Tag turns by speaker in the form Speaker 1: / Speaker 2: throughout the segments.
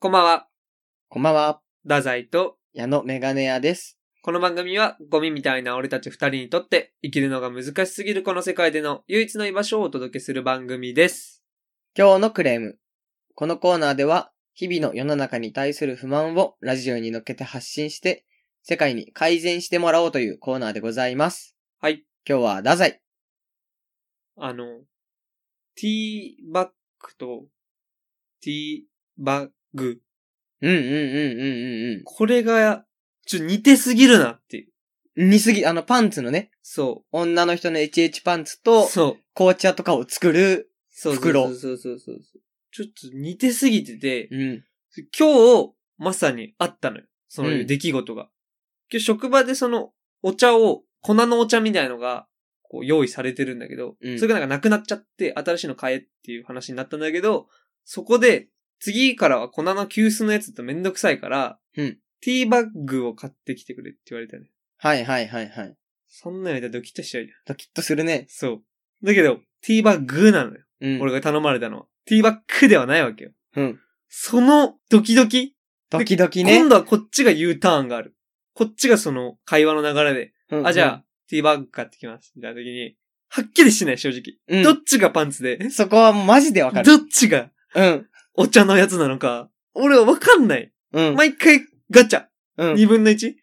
Speaker 1: こんばんは、
Speaker 2: こんばんは。
Speaker 1: ダザイと、
Speaker 2: 矢野メガネ屋です。
Speaker 1: この番組はゴミみたいな俺たち二人にとって生きるのが難しすぎるこの世界での唯一の居場所をお届けする番組です。
Speaker 2: 今日のクレーム。このコーナーでは、日々の世の中に対する不満をラジオに乗っけて発信して、世界に改善してもらおうというコーナーでございます。
Speaker 1: はい。
Speaker 2: 今日は、太宰。
Speaker 1: あの、ティーバックとティーバッグ。
Speaker 2: うんうんうんうんうん
Speaker 1: これが、ちょ、似てすぎるなっていう。
Speaker 2: うん。似すぎ、あの、パンツのね、
Speaker 1: そ
Speaker 2: 女の人の HH パンツ
Speaker 1: う。
Speaker 2: と、
Speaker 1: そう。
Speaker 2: 紅茶とかを作る。
Speaker 1: そうそう
Speaker 2: 袋
Speaker 1: そうそうそうそう。ちょっと似てすぎてて、
Speaker 2: うん。
Speaker 1: 今日、まさにあったのよ。その
Speaker 2: うん
Speaker 1: 出来事が。今日職場でその、お茶を、粉のお茶みたいのが、こう用意されてるんだけど、
Speaker 2: うん
Speaker 1: それがなんかなくなっちゃって、新しいの買えっていう話になったんだけど、そこで、次からは粉の急須のやつってめんどくさいから、
Speaker 2: うん
Speaker 1: ティーバッグを買ってきてくれって言われたね。
Speaker 2: はいはいはいはい。
Speaker 1: そんなの間ドキッとしちゃうじゃん。
Speaker 2: ドキッとするね。
Speaker 1: そう。だけど、ティーバッグなのよ。
Speaker 2: うん。
Speaker 1: 俺が頼まれたのは。ティーバッグではないわけよ。
Speaker 2: うん。
Speaker 1: そのドキドキ
Speaker 2: ドキドキね。
Speaker 1: 今度はこっちが U ターンがある。こっちがその会話の流れで、
Speaker 2: うんうん
Speaker 1: あ、じゃあ、ティーバッグ買ってきます。みたいな時に、はっきりしない、正直。
Speaker 2: うん
Speaker 1: どっちがパンツで、
Speaker 2: そこはマジでわかる。
Speaker 1: どっちが
Speaker 2: うん。
Speaker 1: お茶のやつなのか、俺はわかんない。
Speaker 2: うん。
Speaker 1: 毎回ガチャ、
Speaker 2: うん
Speaker 1: 二分の一。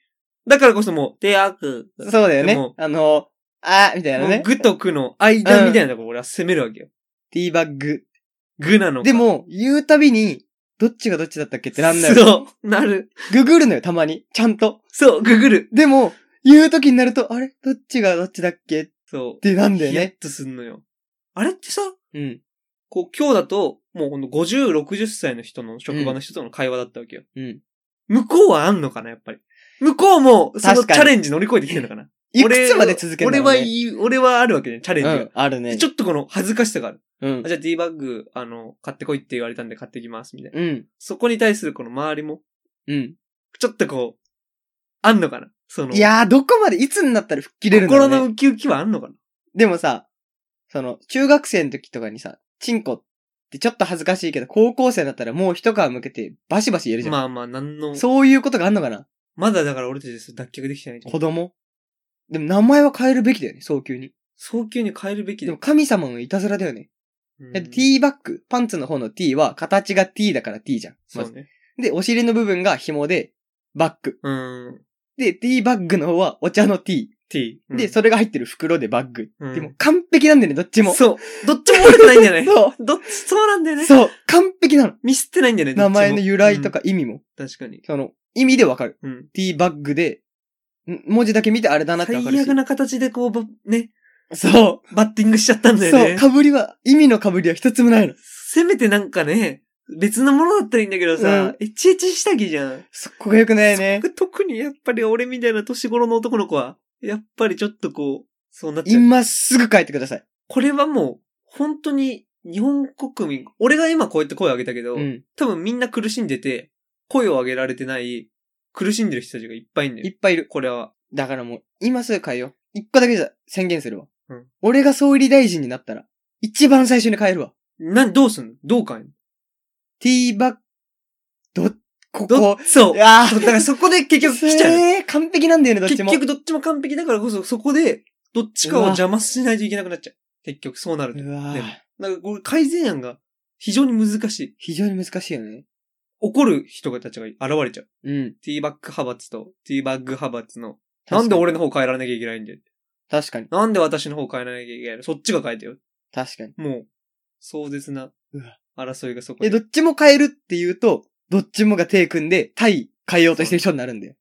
Speaker 1: だからこそもう、テアク、
Speaker 2: そうだ
Speaker 1: で
Speaker 2: よね
Speaker 1: も。
Speaker 2: あの、あーみたいな
Speaker 1: もう
Speaker 2: ね。
Speaker 1: グとクの間みたいなとこ俺は攻めるわけよ。
Speaker 2: ティーバッグ。
Speaker 1: グなのか。
Speaker 2: で、も、言うたびに、どっちがどっちだったっけってなんだよ。
Speaker 1: そう、なる。
Speaker 2: ググるのよ、たまに。ちゃんと。
Speaker 1: そう、ググる。
Speaker 2: でも、言う時になると、あれどっちがどっちだっけっ
Speaker 1: そう。
Speaker 2: てなんだよ
Speaker 1: ヒヤ
Speaker 2: ね。
Speaker 1: ッとすんのよ。あれってさ、
Speaker 2: うん。
Speaker 1: こう、今日だと、もうほんと50、60歳の人の職場の人との会話だったわけよ。
Speaker 2: うん。
Speaker 1: 向こうはあんのかな、やっぱり。向こうも、その
Speaker 2: 確
Speaker 1: チ
Speaker 2: かに
Speaker 1: ャレンジ乗り越えてきてるのかな。
Speaker 2: いくつまで続ける
Speaker 1: 俺
Speaker 2: の
Speaker 1: は俺はいい、俺はあるわけね、チャレンジが。
Speaker 2: うん、あるね。
Speaker 1: でちょっとこの恥ずかしさがある。
Speaker 2: うん
Speaker 1: あ。じゃあ D バッグ、あの、買ってこいって言われたんで買ってきます、みたいな。
Speaker 2: うん。
Speaker 1: そこに対するこの周りも、
Speaker 2: うん。
Speaker 1: ちょっとこう、あんのかなその、
Speaker 2: いやー、どこまで、いつになったら吹っ切れるんだろ
Speaker 1: 心
Speaker 2: うね
Speaker 1: のウキウキはあんのかな
Speaker 2: でもさ、その、中学生の時とかにさ、チンコってちょっと恥ずかしいけど、高校生だったらもう一皮向けてバシバシ言えるじゃん。
Speaker 1: まあまあ、なんの、
Speaker 2: そういうことがあんのかな
Speaker 1: まだだから俺たちです脱却できてないじゃん
Speaker 2: 子供でも名前は変えるべきだよね、早急に。
Speaker 1: 早急に変えるべき
Speaker 2: で
Speaker 1: だ
Speaker 2: も神様のいたずらだよね。
Speaker 1: うん
Speaker 2: だって T バック、パンツの方の T は形が T だから T じゃん。
Speaker 1: そ
Speaker 2: まず
Speaker 1: うね。
Speaker 2: で、お尻の部分が紐で、バック。
Speaker 1: うん。
Speaker 2: で、T バッグの方はお茶の T。
Speaker 1: t
Speaker 2: で、それが入ってる袋でバッグ。
Speaker 1: うん
Speaker 2: でも完璧なんだよね、どっちも。
Speaker 1: そう。どっちも折れてないんじゃない
Speaker 2: そ
Speaker 1: どっち、そうなんだよ
Speaker 2: う。
Speaker 1: ね。
Speaker 2: そう。完璧なの。
Speaker 1: ミスってないんだよね。どっ
Speaker 2: 名
Speaker 1: ちも
Speaker 2: 前の由来と、か意味も。
Speaker 1: うん確かに。
Speaker 2: その、意味でわかる。
Speaker 1: うん。
Speaker 2: T バッグで、ん文字だけ見てあれだなってわかる
Speaker 1: 最
Speaker 2: し。
Speaker 1: 悪な形でこうば、ね、
Speaker 2: そう。
Speaker 1: バッティングしちゃったんだよね。
Speaker 2: そう。被りは、意味の被りは一つもないの。
Speaker 1: せめてなんかね、別のものだったらいいんだけどさ、エチエチしたぎじゃん。
Speaker 2: そこが良くないね。
Speaker 1: 特にやっぱり俺みたいな年頃の男の子は、やっぱりちょっとこう、そうなっちゃう。
Speaker 2: 今すぐ書いてください。
Speaker 1: これはもう、本当に、日本国民、俺が今こうやって声を上げたけど、
Speaker 2: うん。
Speaker 1: 多分みんな苦しんでて、声を上げられてない、苦しんでる人たちがいっぱいいんだ
Speaker 2: い
Speaker 1: よ。
Speaker 2: っぱいいる。
Speaker 1: これは。
Speaker 2: だからもう、今すぐ変えよう。一個だけじゃ宣言するわ。
Speaker 1: うん
Speaker 2: 俺が総理大臣になったら、一番最初に変えるわ。
Speaker 1: な、どうすんのどうかんの
Speaker 2: ティーバッ、ど、こ
Speaker 1: ど
Speaker 2: こ。
Speaker 1: そう。だ
Speaker 2: ああ、
Speaker 1: からそこで結局来ちゃう。
Speaker 2: えー完璧なんだよね、どっ
Speaker 1: 結
Speaker 2: ちも。
Speaker 1: 局どっちも完璧だからこそ、そこで、どっちかを
Speaker 2: うわ
Speaker 1: 邪魔しないといけなくなっちゃう。結局そうなると。
Speaker 2: うわ
Speaker 1: で
Speaker 2: ー
Speaker 1: もなんかこれ改善案が非常に難しい。
Speaker 2: 非常に難しいよね。
Speaker 1: 怒る人たちが現れちゃう。
Speaker 2: うん。
Speaker 1: ティーバック派閥とティーバッグ派閥の、
Speaker 2: 確かに
Speaker 1: なんで俺の方変えられなきゃいけないんだよ。
Speaker 2: 確かに。
Speaker 1: なんで私の方変えられなきゃいけないのそっちが変えてよ。
Speaker 2: 確かに。
Speaker 1: もう、壮絶な
Speaker 2: うわ
Speaker 1: 争いがそこ
Speaker 2: え、
Speaker 1: で
Speaker 2: ど。っちも変えるって言うと、どっちもが手組んで、対変えようとしてる人になるんだよ。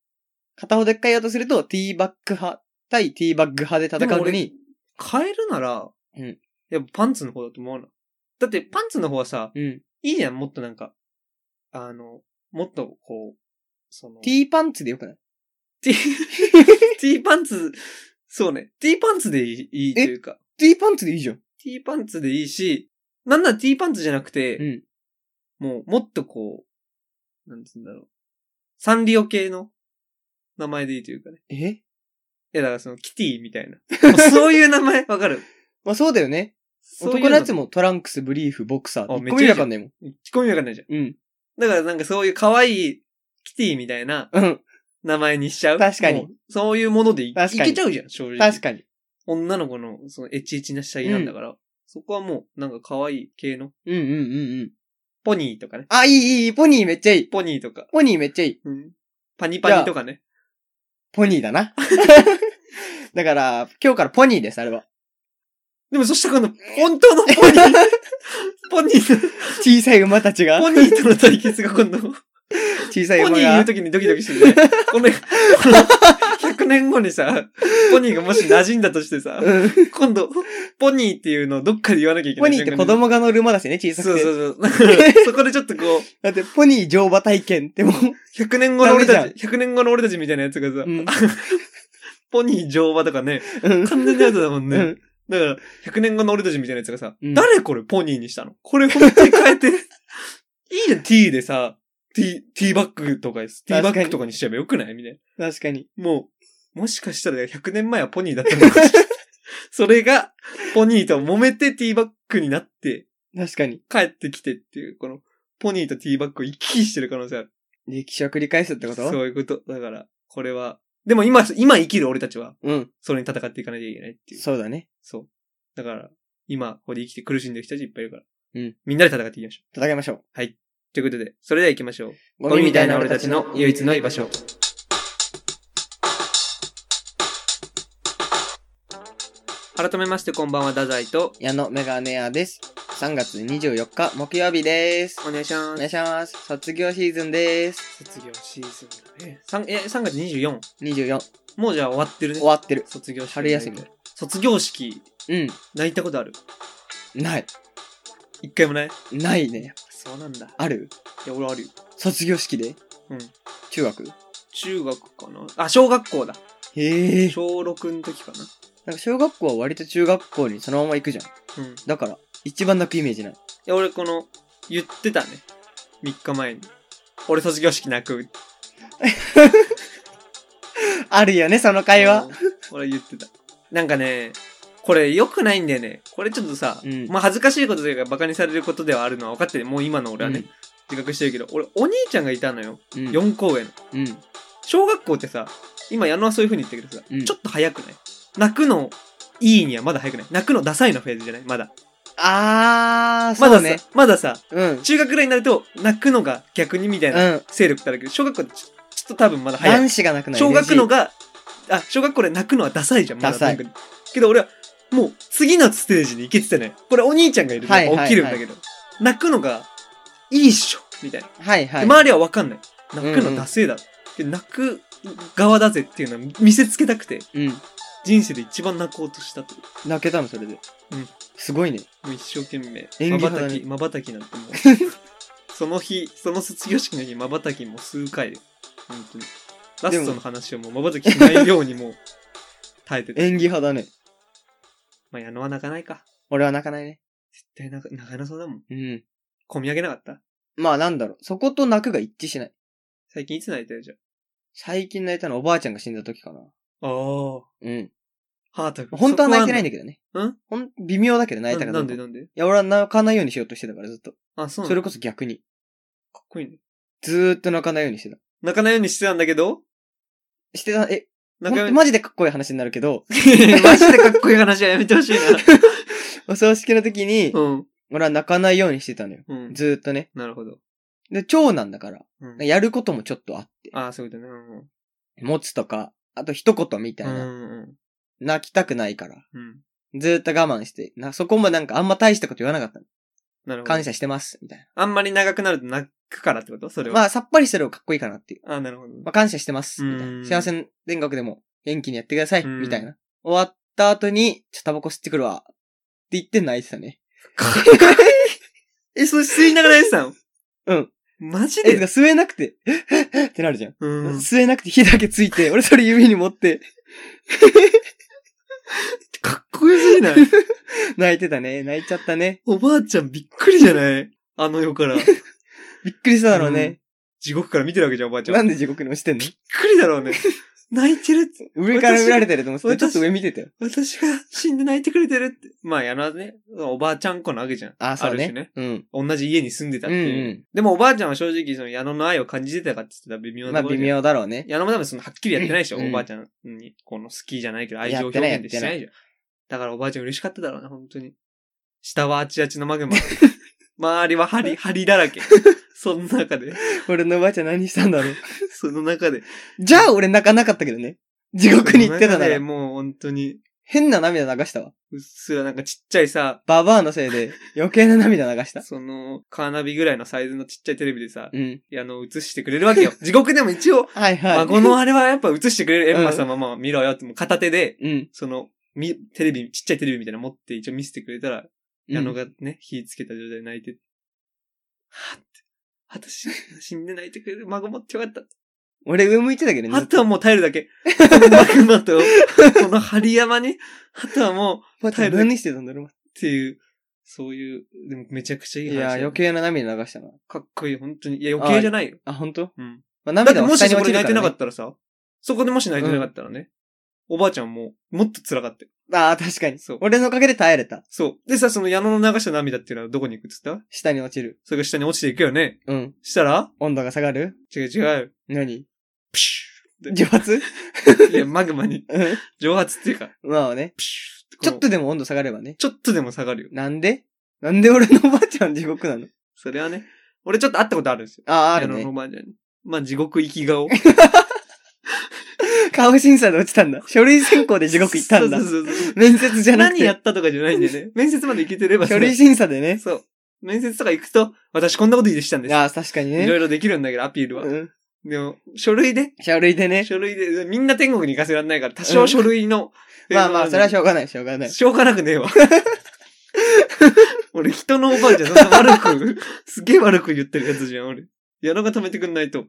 Speaker 2: 片方で変えようとすると、ティーバック派、対ティーバッグ派で戦うのに、
Speaker 1: 変えるなら、
Speaker 2: うん
Speaker 1: やっぱパンツの方だと思うな。だってパンツの方はさ、
Speaker 2: うん。
Speaker 1: いいじゃん、もっとなんか、あの、もっとこう、その、
Speaker 2: ティーパンツでよくない
Speaker 1: T ー パンツ、そうね、T パンツでいいいいというか、
Speaker 2: ティーパンツでいいじゃん。
Speaker 1: T パンツでいいし、なんなら T パンツじゃなくて、
Speaker 2: うん。
Speaker 1: もうもっとこう、なんつうんだろう、サンリオ系の名前でいいというかね。
Speaker 2: え
Speaker 1: いや、だからそのキティみたいな。も うそういう名前、わかる。
Speaker 2: まあそうだよね。
Speaker 1: そういう
Speaker 2: 男のやつもトランクス、ブリーフ、ボクサー。
Speaker 1: あ
Speaker 2: 一
Speaker 1: めっ
Speaker 2: 個
Speaker 1: ちゃいいじ
Speaker 2: 目
Speaker 1: ゃん
Speaker 2: わかんないもん。
Speaker 1: 聞こえわかんないじゃん。
Speaker 2: うん。
Speaker 1: だからなんかそういう可愛いキティみたいな
Speaker 2: うん。
Speaker 1: 名前にしちゃう。
Speaker 2: 確かに
Speaker 1: もう。そういうものでいい
Speaker 2: 確かに
Speaker 1: けちゃうじゃん、正直。
Speaker 2: 確かに。
Speaker 1: 女の子のそのエチエチな下着なんだから、そこはもうなんか可愛い系の、
Speaker 2: うんうんうんうん。
Speaker 1: ポニーとかね。
Speaker 2: あ、いいいいいい、ポニーめっちゃいい。
Speaker 1: ポニーとか、
Speaker 2: ポニーめっちゃいい。
Speaker 1: うんパニパニとかね。
Speaker 2: ポニーだな。 だから、今日からポニーです、あれは。
Speaker 1: でもそしたらこの本当のポ ニー、ポニー
Speaker 2: 小さい馬たち
Speaker 1: と、
Speaker 2: が、
Speaker 1: ポニーとの対決が今度、ポ
Speaker 2: 小さい馬
Speaker 1: ニーい
Speaker 2: が
Speaker 1: ると、きにドキドキしてるね。この、この100年後にさ、ポニーがもし馴染んだとしてさ、
Speaker 2: うん
Speaker 1: 今度、ポニーっていうのをどっかで言わなきゃいけな
Speaker 2: ポ
Speaker 1: い。
Speaker 2: ニーって子。供が乗る馬だしね、小さく
Speaker 1: そう
Speaker 2: て。
Speaker 1: そうそう。そこでちょっとこう、
Speaker 2: だって、ポニー乗馬体験っ てもう、
Speaker 1: 100年後の俺
Speaker 2: ダ
Speaker 1: た
Speaker 2: メ
Speaker 1: ち、100年後の俺たちみたいなやつがさ、
Speaker 2: うん
Speaker 1: ポニー乗馬とかね、
Speaker 2: うん
Speaker 1: 完全なやつだもんね。
Speaker 2: うん
Speaker 1: だから、100年後の俺たちみたいなやつがさ、
Speaker 2: うん
Speaker 1: 誰これポニーにしたのこれ本当に変えて。いい じゃん、T でさ、T、T バッグとかです。T
Speaker 2: 確か
Speaker 1: バ
Speaker 2: に
Speaker 1: ッグとかにしちゃえばよくないみたい
Speaker 2: 確かに。
Speaker 1: な。もう、もしかしたら100年前はポニーだったのかもし れないそれが、ポニーと揉めて T バッグになって、
Speaker 2: 確かに。
Speaker 1: 帰ってきてっていう、この、ポニーと T バッグを行き来してる可能性ある。
Speaker 2: 歴史を繰り返すってこと
Speaker 1: そういうこと。だから、これは、でも今、今生きる俺たちは、
Speaker 2: うん。
Speaker 1: それに戦っていかなきゃいけないっていう。
Speaker 2: そうだね。
Speaker 1: そう。だから、今、ここで生きて苦しんでる人たちいっぱいいるから。
Speaker 2: うん。
Speaker 1: みんなで戦っていきましょう。
Speaker 2: 戦いましょ
Speaker 1: ということで、それでは行きましょう。
Speaker 2: う。
Speaker 1: ゴミみたいな俺たちの唯一の居場所。改めまして、こんばんは、太宰と、
Speaker 2: 矢野メガネ屋です。3月24日木曜日です。
Speaker 1: お願いし
Speaker 2: お
Speaker 1: ま
Speaker 2: 願
Speaker 1: す。
Speaker 2: いします。卒業シーズンです。
Speaker 1: 卒業シーズンだね。3, え3月 24?
Speaker 2: 24。
Speaker 1: もうじゃあ終わってるね
Speaker 2: 終。わってる。
Speaker 1: 卒業式。
Speaker 2: 春休み。
Speaker 1: 卒業式、
Speaker 2: うん。
Speaker 1: 泣いたことある
Speaker 2: ない。
Speaker 1: 一回もない
Speaker 2: ないね。
Speaker 1: そうなんだ。
Speaker 2: ある
Speaker 1: いや、俺あるよ。
Speaker 2: 卒業式で
Speaker 1: うん。
Speaker 2: 中学
Speaker 1: 中学かなあ、小学校だ。
Speaker 2: へえ。
Speaker 1: 小6の時かな。
Speaker 2: なんか小学校は割と中学校にそのまま行くじゃん。
Speaker 1: うん。い
Speaker 2: だから、一番泣くイメージない。
Speaker 1: や、俺この、言ってたね。3日前に。俺卒業式泣く。
Speaker 2: あるよね、その会話。
Speaker 1: うん俺言ってた。なんかね、これ良くないんだよね。これちょっとさ、
Speaker 2: うん
Speaker 1: まあ恥ずかしいことというか馬鹿にされることではあるのは分かってる。もう今の俺はね、自覚してるけど、俺お兄ちゃんがいたのよ。
Speaker 2: うん。うん。
Speaker 1: 4公演。
Speaker 2: うん。
Speaker 1: 小学校ってさ、今矢野はそういう風に言ってるけどさ、
Speaker 2: うん
Speaker 1: ちょっと早くない泣くの、いいにはまだ早くない泣くのダサいのフェーズじゃないまだ。
Speaker 2: あー、
Speaker 1: ま
Speaker 2: そ
Speaker 1: だ
Speaker 2: うね
Speaker 1: さ。、まださ、
Speaker 2: うん。
Speaker 1: 中学ぐらいになると泣くのが逆にみたいな
Speaker 2: うん。
Speaker 1: 勢力ってあるけど、小学校ってちょちょっと多分まだ早い。
Speaker 2: 男子がなくなる。
Speaker 1: 小学のが、あ、小学校で泣くのはダサいじゃん、まだ
Speaker 2: ダサい
Speaker 1: なんかけど俺は、もう次のステージに行けてたね。これお兄ちゃんがいるの、
Speaker 2: はいはいはい
Speaker 1: 起きるんだけど。泣くのが、いいっしょみたいな。
Speaker 2: はいはい。
Speaker 1: 周りはわかんない。泣くのダセえだろ。で泣く側だぜっていうのを見せつけたくて、
Speaker 2: うん。
Speaker 1: 人生で一番泣こうとしたと。
Speaker 2: 泣けたの、それで。
Speaker 1: うん。
Speaker 2: すごいね。
Speaker 1: もう一生懸命
Speaker 2: 演技
Speaker 1: まば
Speaker 2: 派だ
Speaker 1: た
Speaker 2: ね
Speaker 1: きまばたきなんてもう その日その卒業式の日まばたきも数回で本当にラストの話をもうまばたきしないようにもう耐えてて
Speaker 2: 演技派だね。
Speaker 1: まあ矢野は泣かないか
Speaker 2: 俺は泣かないね。
Speaker 1: 絶対泣か泣かなそうだもん
Speaker 2: うん。
Speaker 1: 込み上げなかった
Speaker 2: まあなんだろう。そこと泣くが一致しない。
Speaker 1: 最近いつ泣いたよじゃ
Speaker 2: 最近泣いたのおばあちゃんが死んだ時かな。
Speaker 1: ああー
Speaker 2: うん。
Speaker 1: ハート君
Speaker 2: 本当は泣いてないん
Speaker 1: ん
Speaker 2: だけどね。
Speaker 1: うん
Speaker 2: ほん、微妙だけど泣いたか
Speaker 1: なな
Speaker 2: ら。
Speaker 1: んで
Speaker 2: い
Speaker 1: なんで
Speaker 2: や、俺は泣かないようにしようとしてたから、ずっと。
Speaker 1: あそうな
Speaker 2: そ
Speaker 1: の
Speaker 2: れ
Speaker 1: か
Speaker 2: こそ逆に。
Speaker 1: っこいいね
Speaker 2: ずーっと泣かないようにしてた。
Speaker 1: 泣かないようにしてたんだけど
Speaker 2: してた、え、ほ
Speaker 1: 泣
Speaker 2: ん
Speaker 1: か
Speaker 2: と
Speaker 1: ない
Speaker 2: マジでかっこいい話になるけど、
Speaker 1: マジでかっこいい話はやめてほ しい
Speaker 2: お葬式の時に
Speaker 1: な、うん
Speaker 2: 俺は泣かないようにしてたのよ。
Speaker 1: うん
Speaker 2: ずーっとね。
Speaker 1: なるほど、
Speaker 2: で、長男だから、
Speaker 1: うん、
Speaker 2: やることもちょっとあって。
Speaker 1: ああそういうことねうん
Speaker 2: 持つとか、あと一言みたいな。
Speaker 1: うんうん
Speaker 2: 泣きたくないから。
Speaker 1: うん
Speaker 2: ずーっと我慢して。な、そこもなんかあんま大したこと言わなかったの。
Speaker 1: なるほど。
Speaker 2: 感謝してます、みたい
Speaker 1: あんまり長くなると泣くからってことそれ
Speaker 2: な。
Speaker 1: は。
Speaker 2: まあ、さっぱりしてる方がかっこいいかなっていう。
Speaker 1: あ、なるほど。
Speaker 2: まあ、感謝してます、みたいうな。
Speaker 1: ん
Speaker 2: 幸せ天国でも元気にやってください、
Speaker 1: うん
Speaker 2: みたいな。終わった後に、ちょ、タバコ吸ってくるわ。って言って泣いてたね。
Speaker 1: え、それ吸いながらやってたの
Speaker 2: うん。
Speaker 1: マジ
Speaker 2: え、てか
Speaker 1: で
Speaker 2: 吸えなくて、 ええってなるじゃん。
Speaker 1: うん。
Speaker 2: 吸えなくて火だけついて、俺 それ指に持って、
Speaker 1: かっこよすぎない
Speaker 2: 泣いてたね。泣いちゃったね。
Speaker 1: おばあちゃんびっくりじゃないあの世から。
Speaker 2: びっくりしただろうね。
Speaker 1: 地獄から見てるわけじゃん、おばあちゃん。
Speaker 2: な
Speaker 1: びっ
Speaker 2: んで地獄に落ちてんの
Speaker 1: くりだろうね。泣いてるって。
Speaker 2: 上から見られてると思って、
Speaker 1: 私
Speaker 2: ちょっと上見てたよ。
Speaker 1: 私が死んで泣いてくれてるって。まあ、やなね。おばあちゃん子なわけじゃん。
Speaker 2: あ、そう
Speaker 1: る
Speaker 2: ね。
Speaker 1: しね。
Speaker 2: うん。
Speaker 1: 同じ家に住んでたっ
Speaker 2: うん
Speaker 1: て
Speaker 2: う
Speaker 1: いう。
Speaker 2: ん。
Speaker 1: でもおばあちゃんは正直、その矢野の愛を感じてたかって言ったら微妙
Speaker 2: ま
Speaker 1: な
Speaker 2: あ
Speaker 1: ところ
Speaker 2: 微
Speaker 1: じゃん。
Speaker 2: 妙だろうね。
Speaker 1: 矢野も多分そのはっきりやってないでしょ、
Speaker 2: うん
Speaker 1: おばあちゃんに。この好きじゃないけど愛情表現でしてないじゃん。だからおばあちゃん嬉しかっただろうな、本当に。下はあちあちのマグ マ。周りは針、針だらけ。その中で、
Speaker 2: 俺のおばあちゃん何したんだろう。
Speaker 1: その中 で。
Speaker 2: じゃあ俺泣かなかったけどね。地獄に行ってた
Speaker 1: その
Speaker 2: な
Speaker 1: 中で
Speaker 2: ら。
Speaker 1: もう本当に、
Speaker 2: 変な涙流したわ。
Speaker 1: うっすらなんかちっちゃいさ、
Speaker 2: ババアのせ いで余計な涙流した。
Speaker 1: その、カーナビぐらいのサイズのちっちゃいテレビでさ、
Speaker 2: うん。
Speaker 1: あの、映してくれるわけ よ。地獄でも一応、
Speaker 2: はいはい。
Speaker 1: 孫のあれはやっぱ映してくれる。エンマ様も見ろよって、もう片手で、
Speaker 2: うん。
Speaker 1: その、み、テレビ、ちっちゃいテレビみたいなの持って一応見せてくれたら、
Speaker 2: うん
Speaker 1: 矢野がね、火つけた状態で泣いて、はぁ って、私、死んで泣いてくれる孫持ってよかった。
Speaker 2: 俺上向いてたけどね。ず
Speaker 1: あ
Speaker 2: っ
Speaker 1: と
Speaker 2: と
Speaker 1: はもう耐える だけ。この幕間と、この針山に、あとはもう、
Speaker 2: おばあち
Speaker 1: 耐
Speaker 2: ゃん
Speaker 1: える
Speaker 2: 何してたんだろう。
Speaker 1: っていう、そういう、でもめちゃくちゃいい
Speaker 2: い
Speaker 1: 話
Speaker 2: や、
Speaker 1: だね
Speaker 2: 余計な涙流したな。
Speaker 1: かっこいい、本当に。いや、余計じゃないよ。
Speaker 2: あ、本当？
Speaker 1: うん。
Speaker 2: まあ、
Speaker 1: だって
Speaker 2: 涙は
Speaker 1: も
Speaker 2: 下
Speaker 1: し
Speaker 2: に
Speaker 1: そ
Speaker 2: 落
Speaker 1: こ
Speaker 2: ち
Speaker 1: で
Speaker 2: るか
Speaker 1: 泣いてな
Speaker 2: ら、
Speaker 1: か
Speaker 2: ね
Speaker 1: っ。たらさ、そこでもし泣いてなかったらね、おばあちゃんも、もっと辛かったよ
Speaker 2: ああ、確かに。
Speaker 1: そう
Speaker 2: 俺のおかげで耐えれた。
Speaker 1: そう。でさ、その矢野の流した涙っていうのはどこに行くっつった
Speaker 2: 下に落ちる。
Speaker 1: それが下に落ちていくよね。
Speaker 2: うん。
Speaker 1: したら
Speaker 2: 温度が下がる
Speaker 1: 違う違う。
Speaker 2: 何
Speaker 1: プシ ュ
Speaker 2: 蒸発
Speaker 1: ーって。いや、 マグマに
Speaker 2: うん。
Speaker 1: 蒸発っていうか、
Speaker 2: まあね。
Speaker 1: プシュー
Speaker 2: ち
Speaker 1: て
Speaker 2: ょ
Speaker 1: こ
Speaker 2: っ
Speaker 1: う。
Speaker 2: とでも温度下がればね。
Speaker 1: ちょっとでも下がるよ。
Speaker 2: なんでなんで俺のおばあちゃん地獄なの
Speaker 1: それはね、俺ちょっと会ったことあるんですよ。
Speaker 2: ああ、あ
Speaker 1: 矢
Speaker 2: る
Speaker 1: 野の
Speaker 2: ね。
Speaker 1: おばあちゃんに。まあ、地獄行き顔。
Speaker 2: 顔審査で落ちたんだ。書類選考 で地獄行ったんだ
Speaker 1: そ。うそうそうそう
Speaker 2: 面接じゃなく
Speaker 1: 何や
Speaker 2: て。
Speaker 1: ったとかじゃないんでね。面接まで行けてればさ
Speaker 2: 書類審査でね。
Speaker 1: そう。面接とか行くと、私こんなこといいでしたんです。
Speaker 2: ああ、確かに
Speaker 1: いろ
Speaker 2: ね。
Speaker 1: いろできるんだけど、アピールは。
Speaker 2: うん。
Speaker 1: でも、書類で、
Speaker 2: 書類でね。
Speaker 1: 書類で、みんな天国に行かせられないから、多少書類の。
Speaker 2: まあまあ、それはし
Speaker 1: ょ
Speaker 2: ょうがない、しょうがない。
Speaker 1: しょうがなくねえわ。 俺、人のおばあちゃん、そんな悪く、すげえ悪く言ってるやつじゃん、俺。矢野が止めてくんないと。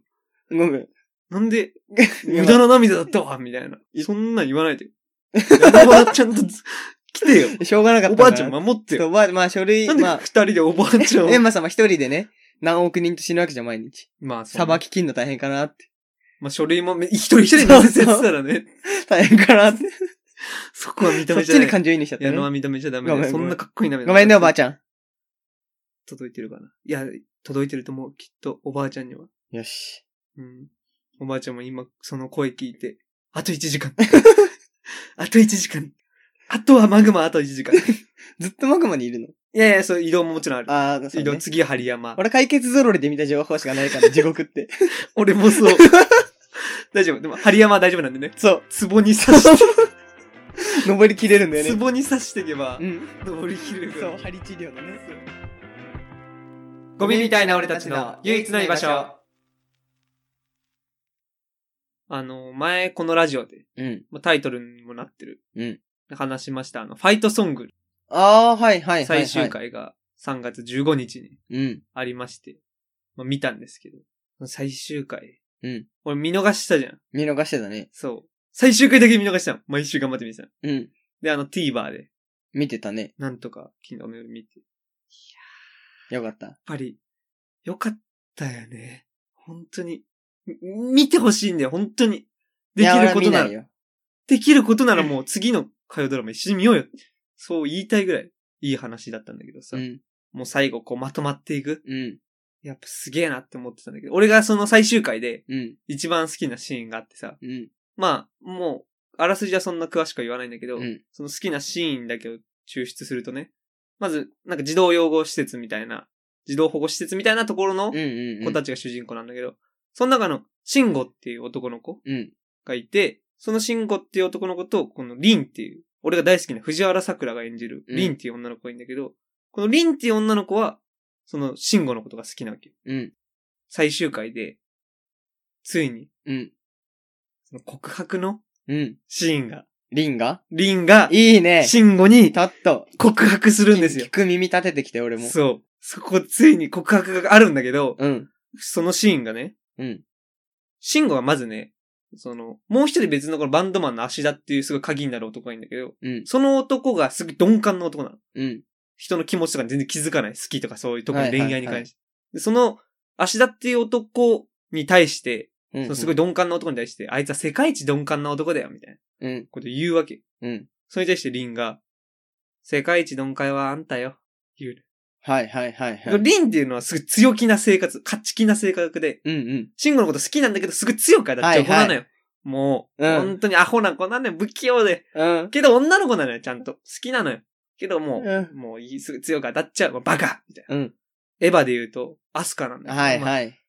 Speaker 2: ごめん。
Speaker 1: なん で、無
Speaker 2: 無
Speaker 1: 駄な涙だったわ、みたいな。そんなん言わない で。矢野はちゃんとず、来てよ。
Speaker 2: しょうがなかった
Speaker 1: お
Speaker 2: か
Speaker 1: ば
Speaker 2: ら。
Speaker 1: あちゃん守って
Speaker 2: ちょっと
Speaker 1: よ。
Speaker 2: おばあ、まあ書類、
Speaker 1: なんで
Speaker 2: まあ
Speaker 1: 二、人でおばあちゃんを
Speaker 2: エ。ンマ様一人でね、何億人と死ぬわけじゃん、毎日。
Speaker 1: まあ、そう
Speaker 2: さばききんの大変かなって。
Speaker 1: まあ、書類もめ、一人一人面接やってたらね、
Speaker 2: 大変 かなって。
Speaker 1: そこは認
Speaker 2: そっ
Speaker 1: め
Speaker 2: ち
Speaker 1: ちゃ
Speaker 2: に
Speaker 1: ダメ。
Speaker 2: 感情移 入しちゃった
Speaker 1: 矢野は
Speaker 2: ね。
Speaker 1: 認めちゃダメ
Speaker 2: ごめん
Speaker 1: だよ。
Speaker 2: ごめ
Speaker 1: そ
Speaker 2: ん
Speaker 1: んなかっこいい涙。
Speaker 2: ごめんね、おばあちゃ
Speaker 1: 届いてるかな。いや、届いてると思う。きっと、おばあちゃんには。
Speaker 2: ん。よし。
Speaker 1: うん。おばあちゃんも今、その声聞いて、あと1時 間。あと1時間。あとはマグマ、あと1時間。 い
Speaker 2: ずっとマグマにいるの。
Speaker 1: やいや、そう、移動ももちろんある。
Speaker 2: ああ、そう
Speaker 1: 移動、
Speaker 2: ね。
Speaker 1: 次、針山。
Speaker 2: 俺解決ぞろりで見た情報しかない から、地獄って。
Speaker 1: 俺もそう。 大丈夫。でも、針山は大丈夫なんでね。
Speaker 2: そう。
Speaker 1: 壺に刺して、
Speaker 2: 登りきれるんだよね。
Speaker 1: 壺に刺していけば
Speaker 2: う、ん。
Speaker 1: 登りきれるか
Speaker 2: そ
Speaker 1: ら
Speaker 2: う、。針治療だね。
Speaker 1: ゴミみたいな俺たちの唯一の居場所。あの、前、このラジオで、
Speaker 2: うん。
Speaker 1: まあタイトルにもなってる。
Speaker 2: うん
Speaker 1: 話しました。あの、ファイトソング、
Speaker 2: ああ、はいはいはいはい。
Speaker 1: 最終。回が3月15日に
Speaker 2: うん。
Speaker 1: ありまして、まあ、見たんですけど、最終回。
Speaker 2: うん。
Speaker 1: 俺見逃したじゃん。
Speaker 2: 見逃してたね。
Speaker 1: そう。最終回だけ見逃したの。毎週頑張って見てたの。
Speaker 2: うん。
Speaker 1: で、あの TVer で、
Speaker 2: 見てたね。
Speaker 1: なんとか昨日の夜見て。やっ
Speaker 2: よかった。
Speaker 1: ぱり、よかったよね。本当に。み見てほしいんだよ、本当に。でき
Speaker 2: いや俺
Speaker 1: る
Speaker 2: は
Speaker 1: こ
Speaker 2: 見
Speaker 1: とな
Speaker 2: な
Speaker 1: ら
Speaker 2: い。よ。
Speaker 1: できることならもう次の火曜ドラマ一緒に見ようよ。そう言いたいぐらいいい話だったんだけどさ、
Speaker 2: うん。
Speaker 1: もう最後こうまとまっていく。
Speaker 2: うん。
Speaker 1: やっぱすげえなって思ってたんだけど、俺がその最終回で
Speaker 2: うん。
Speaker 1: 一番好きなシーンがあってさ、
Speaker 2: うん。
Speaker 1: まあもうあらすじはそんな詳しくは言わないんだけど、
Speaker 2: うん。
Speaker 1: その好きなシーンだけを抽出するとね、まずなんか児童養護施設みたいな、児童保護施設みたいなところの
Speaker 2: うん。うん。
Speaker 1: 子たちが主人公なんだけど、その中のシンゴっていう男の子
Speaker 2: うん。
Speaker 1: がいて、そのシンゴっていう男の子と、このリンっていう、俺が大好きな藤原さくらが演じる
Speaker 2: うん
Speaker 1: リンっていう女の子がいるんだけど、このリンっていう女の子は、そのシンゴのことが好きなわけよ。
Speaker 2: うん。
Speaker 1: 最終回で、ついに、
Speaker 2: うん。
Speaker 1: その告白の
Speaker 2: うん。
Speaker 1: シーンが、
Speaker 2: リンが
Speaker 1: リンが、
Speaker 2: いいね。
Speaker 1: シンゴに
Speaker 2: ちょっと。
Speaker 1: 告白するんですよ
Speaker 2: 聞。く耳立ててきて、俺も。
Speaker 1: そう。そこ、ついに告白があるんだけど、
Speaker 2: うん。
Speaker 1: そのシーンがね、
Speaker 2: うん。
Speaker 1: シンゴがまずね、その、もう一人別のこのバンドマンの芦田っていうすごい鍵になる男がいるんだけど、
Speaker 2: うん。
Speaker 1: その男がすごい鈍感な男なの。
Speaker 2: うん。
Speaker 1: 人の気持ちとかに全然気づかない。好きとかそういう、特
Speaker 2: は
Speaker 1: に
Speaker 2: いはい
Speaker 1: 恋愛に関して。でその、芦田っていう男に対して、
Speaker 2: うん。
Speaker 1: そのすごい鈍感な男に対して、あいつは世界一鈍感な男だよ、みたいな
Speaker 2: うん。
Speaker 1: こと言うわけ。
Speaker 2: うん。
Speaker 1: それに対してリンが、世界一鈍感はあんたよ、言う。
Speaker 2: はいはいはいはい。うん
Speaker 1: リンっていうのはすごい強気な性格、勝ち気な性格で、
Speaker 2: うん。
Speaker 1: シンゴのこと好きなんだけど、すごい強く当たっちゃう子なのよ。もう、
Speaker 2: うん
Speaker 1: 本当にアホな子なのよ、不器用で。
Speaker 2: うん。
Speaker 1: けど女の子なのよ、ちゃんと。好きなのよ。けどもう、
Speaker 2: う
Speaker 1: もういい、すぐ強く当たっちゃう。もうバカみたいな。
Speaker 2: うん
Speaker 1: エヴァで言うと、アスカなんだ
Speaker 2: ん。
Speaker 1: よ
Speaker 2: はい
Speaker 1: まあ
Speaker 2: はい。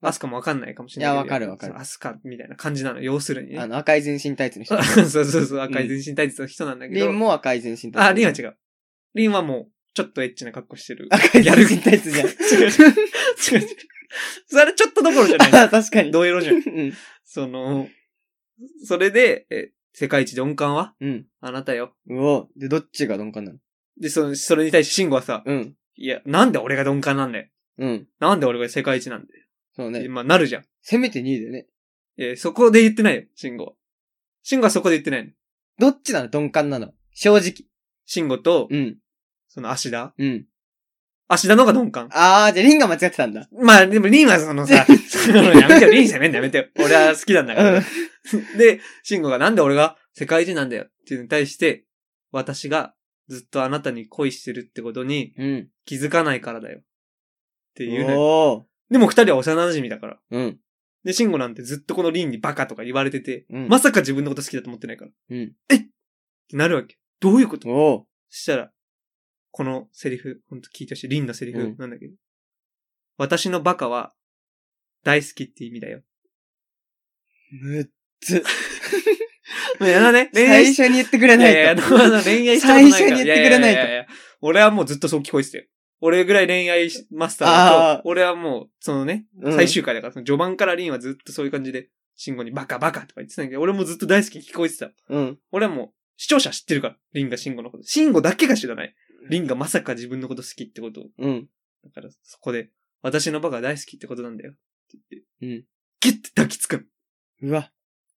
Speaker 1: アスカもわかんないかもしれないけど。
Speaker 2: いやわかるわかる
Speaker 1: そうアスカみたいな感じなの、要するに
Speaker 2: あ
Speaker 1: ね。。
Speaker 2: の、赤い全身タイツの 人
Speaker 1: そうそうそう、赤い全身タイツの人なんだけ
Speaker 2: リ
Speaker 1: ど。
Speaker 2: ンも赤い全身タイツ。
Speaker 1: あ、リンは違う。リンはもう、ちょっとエッチな格好してる。
Speaker 2: 赤い
Speaker 1: やる
Speaker 2: 全身タイツじゃん
Speaker 1: 違。う違う。違う違う。それちょっとどころじゃない。
Speaker 2: あ 確 かに。
Speaker 1: 同色じゃん。
Speaker 2: うん。
Speaker 1: その、それで、え、世界一鈍感は
Speaker 2: うん。
Speaker 1: あなたよ。
Speaker 2: うお。で、どっちが鈍感なの
Speaker 1: で、その、それに対してシンゴはさ、
Speaker 2: うん。
Speaker 1: いや、なんで俺が鈍感なんだよ。
Speaker 2: うん。
Speaker 1: なんで俺が世界一なんだよ。
Speaker 2: そう
Speaker 1: で
Speaker 2: ね。
Speaker 1: まあ、なるじゃん。
Speaker 2: せめて2位だよね。
Speaker 1: え、そこで言ってないよ、シンゴは。シンゴはそこで言ってないの。
Speaker 2: どっちなの鈍感なの正直。
Speaker 1: シンゴと、
Speaker 2: うん。
Speaker 1: その、芦田。
Speaker 2: うん。
Speaker 1: 芦田の方が鈍感。
Speaker 2: あー、じゃあリンが間違ってたんだ。
Speaker 1: まあ、でも、リンはその さ、そのやめてよ、リンじゃねえんだよやめてよ。俺は好きなんだか
Speaker 2: う
Speaker 1: ら
Speaker 2: ん。。
Speaker 1: で、シンゴがなんで俺が世界一なんだよっていうのに対して、私がずっとあなたに恋してるってことに
Speaker 2: うん。
Speaker 1: 気づかないからだよ。っていうね。
Speaker 2: おー。
Speaker 1: でも二人は幼馴染だから。
Speaker 2: うん。
Speaker 1: で、シンゴなんてずっとこのリンにバカとか言われてて、
Speaker 2: うん
Speaker 1: まさか自分のこと好きだと思ってないから。っ
Speaker 2: うん。
Speaker 1: てなるわけ。どういうこと
Speaker 2: おー。
Speaker 1: そしたら、このセリフ、ほんと聞いてほしい。リンのセリ
Speaker 2: うん
Speaker 1: フなんだけど。私のバカは大好きって意味 だよ。
Speaker 2: むっつ。
Speaker 1: まあやだね。恋
Speaker 2: 最
Speaker 1: 愛し
Speaker 2: 初に言ってくれ
Speaker 1: い
Speaker 2: ない
Speaker 1: や
Speaker 2: と。
Speaker 1: いや、どうなの恋愛したことないから
Speaker 2: 最初に言ってくれないと
Speaker 1: やややや俺はもうずっとそう聞こえてたよ。俺ぐらい恋愛マスターだ
Speaker 2: あー
Speaker 1: と、俺はもう、そのね、
Speaker 2: うん
Speaker 1: 最終回だから、その序盤からリンはずっとそういう感じで、シンゴにバカバカとか言ってたんだけど、俺もずっと大好きに聞こえてた。
Speaker 2: うん。
Speaker 1: 俺はもう、視聴者知ってるから、リンがシンゴのこと。シンゴだけが知らない。リンがまさか自分のこと好きってことを。
Speaker 2: うん。
Speaker 1: だから、そこで、私のバカ大好きってことなんだよ。って言って、
Speaker 2: うん。
Speaker 1: ギュッて抱きつくの
Speaker 2: うわ。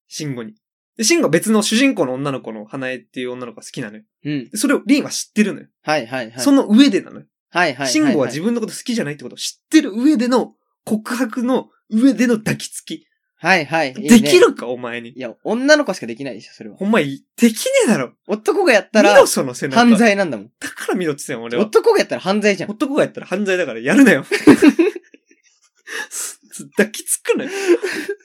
Speaker 1: シンゴに。で、シンゴは別の主人公の女の子の花江っていう女の子が好きなのよ。
Speaker 2: うん。
Speaker 1: でそれをリンは知ってるのよ。
Speaker 2: はいはいはい。
Speaker 1: その上でなのよ。
Speaker 2: はいはい。
Speaker 1: シンゴは自分のこと好きじゃないってことを知ってる上での告白の上での抱きつき。
Speaker 2: はいはい。いいね
Speaker 1: できるか、お前に。
Speaker 2: いや、女の子しかできないでしょ、それは。
Speaker 1: ほんま、できねえだろ。
Speaker 2: 男がやった
Speaker 1: 見
Speaker 2: ら
Speaker 1: ろ、、その背中。
Speaker 2: 犯。罪なんだもん。
Speaker 1: だから見ろって言ってたよ、俺は。
Speaker 2: 男がやったら犯罪じゃん。
Speaker 1: 男がやったら犯罪だからやるな よ。抱きつくなよ。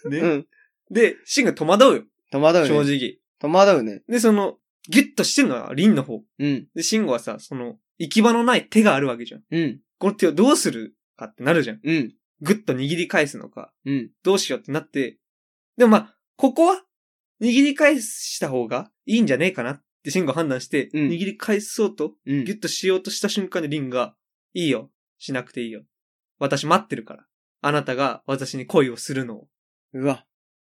Speaker 1: ね。
Speaker 2: うん。
Speaker 1: で、シンが戸惑うよ。
Speaker 2: 戸惑うね。
Speaker 1: 正直。
Speaker 2: 戸惑うね。
Speaker 1: で、その、ギュッとしてるのはリンの方。
Speaker 2: うん。
Speaker 1: で、シンゴはさ、その、行き場のない手があるわけじゃん。
Speaker 2: うん。
Speaker 1: この手をどうするかってなるじゃん。
Speaker 2: うん。
Speaker 1: グッと握り返すのか、
Speaker 2: うん。
Speaker 1: どうしようってなって、でもまあ、ここは、握り返した方がいいんじゃねえかなってシンゴ判断して、
Speaker 2: うん
Speaker 1: 握り返そうと、
Speaker 2: うん。
Speaker 1: ギュッとしようとした瞬間にリンが、いいよ。しなくていいよ。私待ってるから。あなたが私に恋をするのを。っ
Speaker 2: うわ。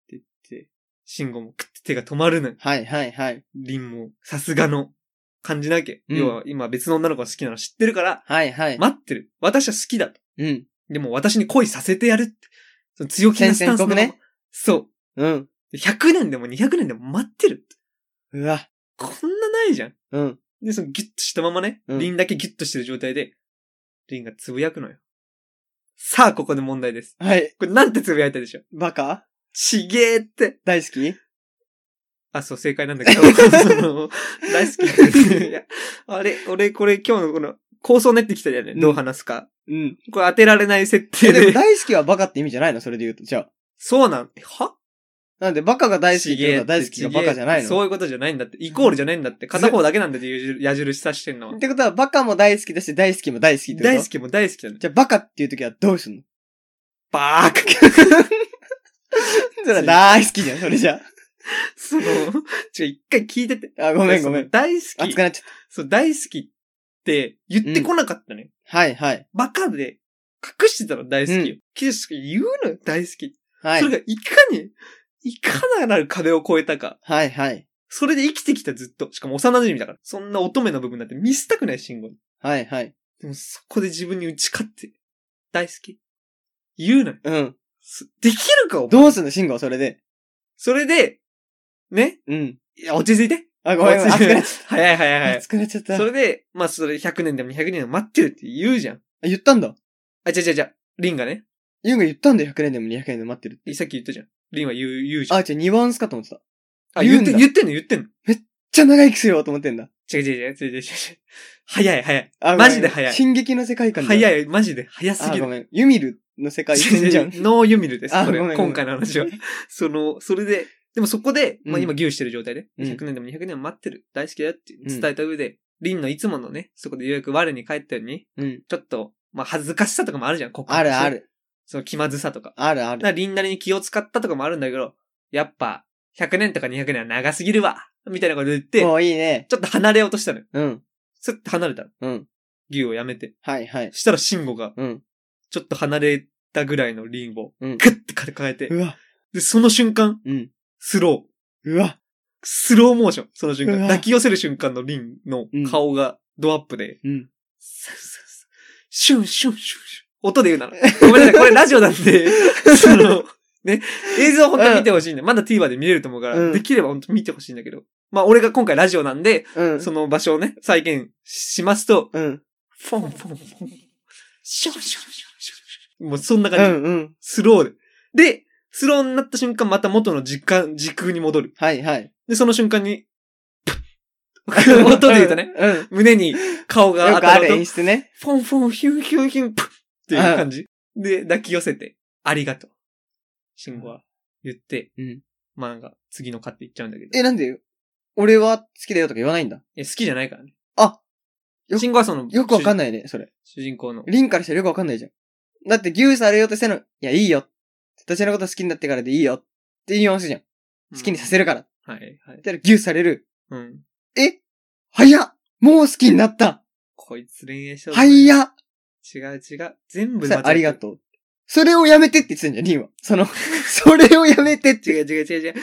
Speaker 1: て言って、シンゴもクッて手が止まるのよ。
Speaker 2: はいはいはい。
Speaker 1: リンも、さすがの感じなきゃ。
Speaker 2: うん
Speaker 1: 要は、今別の女の子が好きなの知ってるから、
Speaker 2: はいはい。
Speaker 1: 待ってる。私は好きだと。
Speaker 2: うん。
Speaker 1: でも私に恋させてやるって。その強気なスタンスのまま
Speaker 2: 宣戦布告
Speaker 1: そう。
Speaker 2: うん。
Speaker 1: 100年でも200年でも待ってる。
Speaker 2: うわ。
Speaker 1: こんなないじゃん。
Speaker 2: うん。
Speaker 1: で、そのギュッとしたままね、
Speaker 2: うん
Speaker 1: リンだけギュッとしてる状態で、リンがつぶやくのよ。さあ、ここで問題です。
Speaker 2: はい。
Speaker 1: これなんてつぶやいたでしょう
Speaker 2: バカ
Speaker 1: ちげーって。
Speaker 2: 大好き
Speaker 1: あ、そう、正解なんだ けど、その大好きっていや。あれ、俺、これ今日のこの、構想練ってきたじゃね、
Speaker 2: うん
Speaker 1: どう話すか。
Speaker 2: うん。
Speaker 1: これ当てられない設定
Speaker 2: えでも
Speaker 1: で。
Speaker 2: 大好きはバカって意味じゃないのそれで言うと。じゃあ。
Speaker 1: そうなん、は
Speaker 2: なんでバカが大好きってことは大好き
Speaker 1: ちげ
Speaker 2: が
Speaker 1: ー
Speaker 2: バカじゃないの
Speaker 1: そういうことじゃないんだって。イコールじゃないんだって。片方だけなんだって矢印矢印指してんのは
Speaker 2: っ。てことはバカも大好きだし大好きも大好きってこと
Speaker 1: 大好きも大好きだね。
Speaker 2: じゃあバカっていう時はどうすんの
Speaker 1: バー カ
Speaker 2: それは大好きじゃん、それじゃ
Speaker 1: その、ちょ、一回聞いてて。
Speaker 2: あ。あ、ごめんごめん
Speaker 1: その。大好
Speaker 2: 熱
Speaker 1: き
Speaker 2: く。なっちゃっ
Speaker 1: そう、大好きって言ってこなかったね。
Speaker 2: た。はいはい。
Speaker 1: バカで隠してたの大好きよ。
Speaker 2: う
Speaker 1: キス言うのよ、大好き。
Speaker 2: はい
Speaker 1: そ。れがいかに、いかなる壁を越えたか。
Speaker 2: はいはい。
Speaker 1: それで生きてきたずっと。しかも幼馴染だから。そんな乙女の部分なんて見せたくない信号に。
Speaker 2: はいはい。
Speaker 1: でもそこで自分に打ち勝って、大好き。言うなよ。
Speaker 2: うん。
Speaker 1: すできるか、お前。
Speaker 2: どうすんの、シンゴはそれで。
Speaker 1: それで、ね。
Speaker 2: うん。
Speaker 1: いや、落ち着いて。
Speaker 2: あ、ごめんごめん。熱くなっちゃっ
Speaker 1: 早い早い
Speaker 2: た。
Speaker 1: 早い
Speaker 2: 熱。くなっちゃった。
Speaker 1: それで、まあ、それ100年でも200年でも待ってるって言うじゃん。
Speaker 2: あ言ったんだ。
Speaker 1: あ、じゃじゃじゃ、リンがね。
Speaker 2: ユンが言ったんだよ、100年でも200年でも待ってるって。
Speaker 1: さっき言ったじゃん。リンは言う、言うじゃん。
Speaker 2: あ、じゃあ2番すかと思ってた。めっ
Speaker 1: あ、
Speaker 2: 言
Speaker 1: 言
Speaker 2: うん
Speaker 1: って、
Speaker 2: だ
Speaker 1: 言ってんの言ってんの。
Speaker 2: ちゃ長生きするよと思ってんだ。
Speaker 1: 違う違う違う違う違う違う。早い早い。
Speaker 2: あ
Speaker 1: マジで早い
Speaker 2: 進撃の世界観だ
Speaker 1: 早い、マジで早す
Speaker 2: あ、
Speaker 1: ぎ
Speaker 2: ご
Speaker 1: る。
Speaker 2: めん。ユミルの世界
Speaker 1: 違う違
Speaker 2: 線
Speaker 1: う
Speaker 2: じゃん。
Speaker 1: ノーユミルです、
Speaker 2: あ
Speaker 1: これ
Speaker 2: ごめんごめん
Speaker 1: 今回の話は。その、それで、でもそこで、ま
Speaker 2: う
Speaker 1: あ
Speaker 2: ん
Speaker 1: 今牛してる状態で、
Speaker 2: うん
Speaker 1: 100年でも200年も待ってる、大好きだよって伝えた上で、リンのいつものね、そこでようやく我に帰ったように、
Speaker 2: うん。
Speaker 1: ちょっと、まあ恥ずかしさとかもあるじゃん、こ
Speaker 2: あるあ。る。
Speaker 1: その気まずさとか。
Speaker 2: あるあ
Speaker 1: だから
Speaker 2: る。
Speaker 1: リンなりに気を使ったとかもあるんだけど、やっぱ、100年とか200年は長すぎるわみたいなこと言って、ち
Speaker 2: も
Speaker 1: ょ
Speaker 2: ういいね。
Speaker 1: っと離れようとしたのよ。
Speaker 2: うん。
Speaker 1: スッと離れたの。
Speaker 2: うん。
Speaker 1: 牛をやめて。
Speaker 2: はいはい。
Speaker 1: したら慎吾が、
Speaker 2: うん。
Speaker 1: ちょっと離れたぐらいのリンを、
Speaker 2: うん
Speaker 1: グッて抱えて、
Speaker 2: うわ。
Speaker 1: で、その瞬間、
Speaker 2: うん。
Speaker 1: スロー。
Speaker 2: うわ。
Speaker 1: スローモーション。その瞬間。
Speaker 2: うわ
Speaker 1: 抱き寄せる瞬間のリンの顔がドアップで、
Speaker 2: うん。
Speaker 1: スッスッスッシュンシュンシュンシュン。音で言うなら。ごめんなさい、これラジオなんで、その、ね、映像本当に見てほしいんで、まだ TVer で見れると思うから、
Speaker 2: うん
Speaker 1: できれば本当見てほしいんだけど。まあ俺が今回ラジオなんで、
Speaker 2: うん。
Speaker 1: その場所をね、再現しますと、
Speaker 2: うん。
Speaker 1: フォンフォンフォン。シュンシュンシュンシュンシュン。もうそんな
Speaker 2: う
Speaker 1: 感じ。
Speaker 2: ん。うん。
Speaker 1: スローで。で、スローになった瞬間、また元の時間、時空に戻る。
Speaker 2: はいはい。
Speaker 1: で、その瞬間に、プッ音で言うとね、
Speaker 2: うん。うん。
Speaker 1: 胸に顔が
Speaker 2: よ
Speaker 1: 当
Speaker 2: くあ
Speaker 1: た
Speaker 2: る
Speaker 1: る音
Speaker 2: 演出ね。
Speaker 1: フォンフォン、ヒュンヒュンヒュン、プッっていう感じ。で、抱き寄せて、ありがとう。慎吾は言って、
Speaker 2: うん
Speaker 1: まあなんか、次の買って言っちゃうんだけど。
Speaker 2: え、なんで俺は好きだよとか言わないんだ。
Speaker 1: え、好きじゃないからね。
Speaker 2: あよ
Speaker 1: 慎吾はその、
Speaker 2: よくわかん
Speaker 1: ない。
Speaker 2: ないね、それ。
Speaker 1: 主人公の。
Speaker 2: リンからしたらよくわかんないじゃん。だって牛されようとしてんの、いや、いいよ。私のこと好きになってからでいいよ。って言いますじゃん。好きにさせ
Speaker 1: る。
Speaker 2: るから。って
Speaker 1: はい、はい。
Speaker 2: 言ったら牛される。
Speaker 1: うん。
Speaker 2: え早っもう好きになった
Speaker 1: こいつ恋愛しようと思って。
Speaker 2: 早っ
Speaker 1: 違う違う。全部
Speaker 2: さあありが
Speaker 1: う。
Speaker 2: とう。それをやめてって言ってたんじゃん、リンは。その、それをやめてって。
Speaker 1: 違う違う違う違う。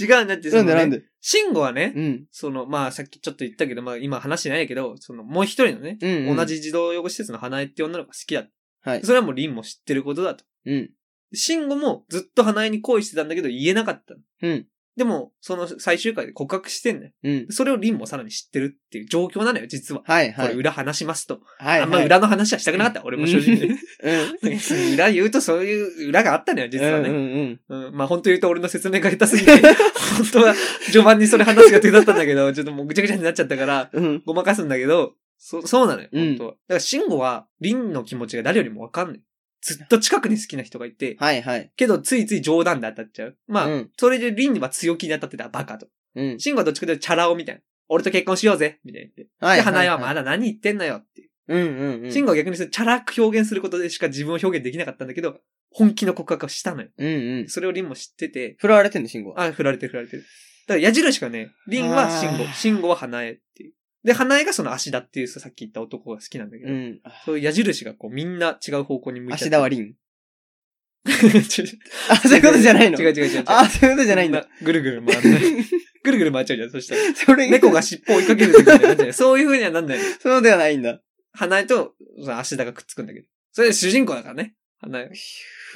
Speaker 1: 違うんだって、その、
Speaker 2: なん
Speaker 1: ね、
Speaker 2: でなんで
Speaker 1: 慎吾はね、
Speaker 2: うん。
Speaker 1: その、まあさっきちょっと言ったけど、まあ今話してないけど、その、もう一人のね、
Speaker 2: うん、うん。
Speaker 1: 同。じ児童養護施設の花江って女の子が好きだ。
Speaker 2: はい。
Speaker 1: それはもうリンも知ってることだと。
Speaker 2: うん。
Speaker 1: 慎吾もずっと花江に恋してたんだけど言えなかったの。
Speaker 2: うん。
Speaker 1: でも、その最終回で告白してんだよ。
Speaker 2: うん。
Speaker 1: それをリンもさらに知ってるっていう状況なのよ、実は。
Speaker 2: はい
Speaker 1: こ
Speaker 2: は
Speaker 1: れ
Speaker 2: い。
Speaker 1: 裏話しますと。
Speaker 2: はい、はい。
Speaker 1: あんま裏の話はしたくなかった、俺も正直ね。
Speaker 2: うん。
Speaker 1: 裏言うとそういう裏があったのよ、実はね。
Speaker 2: うんうんうん。
Speaker 1: うんまあ本当言うと俺の説明が下手すぎて、 本当は序盤にそれ話す予定だったんだけど、ちょっともうぐちゃぐちゃになっちゃったから、
Speaker 2: うん。
Speaker 1: ごまかすんだけど、そ、そうなのよ、
Speaker 2: うん
Speaker 1: 本当は。だから、慎吾は、リンの気持ちが誰よりもわかんない。ずっと近くに好きな人がいて、
Speaker 2: はいはい。
Speaker 1: けど、ついつい冗談で当たっちゃう。まあ、
Speaker 2: うん
Speaker 1: それでリンには強気に当たってたバカと。
Speaker 2: うん。
Speaker 1: 慎吾はどっちかというとチャラ男みたいな。俺と結婚しようぜみたいな言って。
Speaker 2: は
Speaker 1: で、花江はま
Speaker 2: だ。
Speaker 1: だ何言ってんのよっていう。
Speaker 2: うんうんうん。
Speaker 1: 慎吾は逆にそれチャラく表現することでしか自分を表現できなかったんだけど、本気の告白をしたのよ。
Speaker 2: うんうん。
Speaker 1: それをリンも知ってて、
Speaker 2: 振られてんの、信号。
Speaker 1: あ、振られてる振られてる。だから矢印がね、リンは慎
Speaker 2: あ
Speaker 1: 吾、
Speaker 2: ー
Speaker 1: 慎吾は花江っていう。で、花江がその芦田っていうささっき言った男が好きなんだけど、
Speaker 2: うん。
Speaker 1: そういう矢印がこうみんな違う方向に向いて
Speaker 2: 足田は リン。
Speaker 1: ちょ
Speaker 2: あ、そういうことじゃないの
Speaker 1: 違う違う違う違う。
Speaker 2: あ、そういうことじゃないんだ。。
Speaker 1: ぐるぐる回んない。 ぐるぐる回っちゃうじゃん、そしたら。
Speaker 2: それ
Speaker 1: 猫が尻尾追いかけるみたいになっ ちゃう。そういう風にはなんない。
Speaker 2: そうではないんだ。
Speaker 1: 花江とその足田がくっつくんだけど。それ主人公だからね。花江。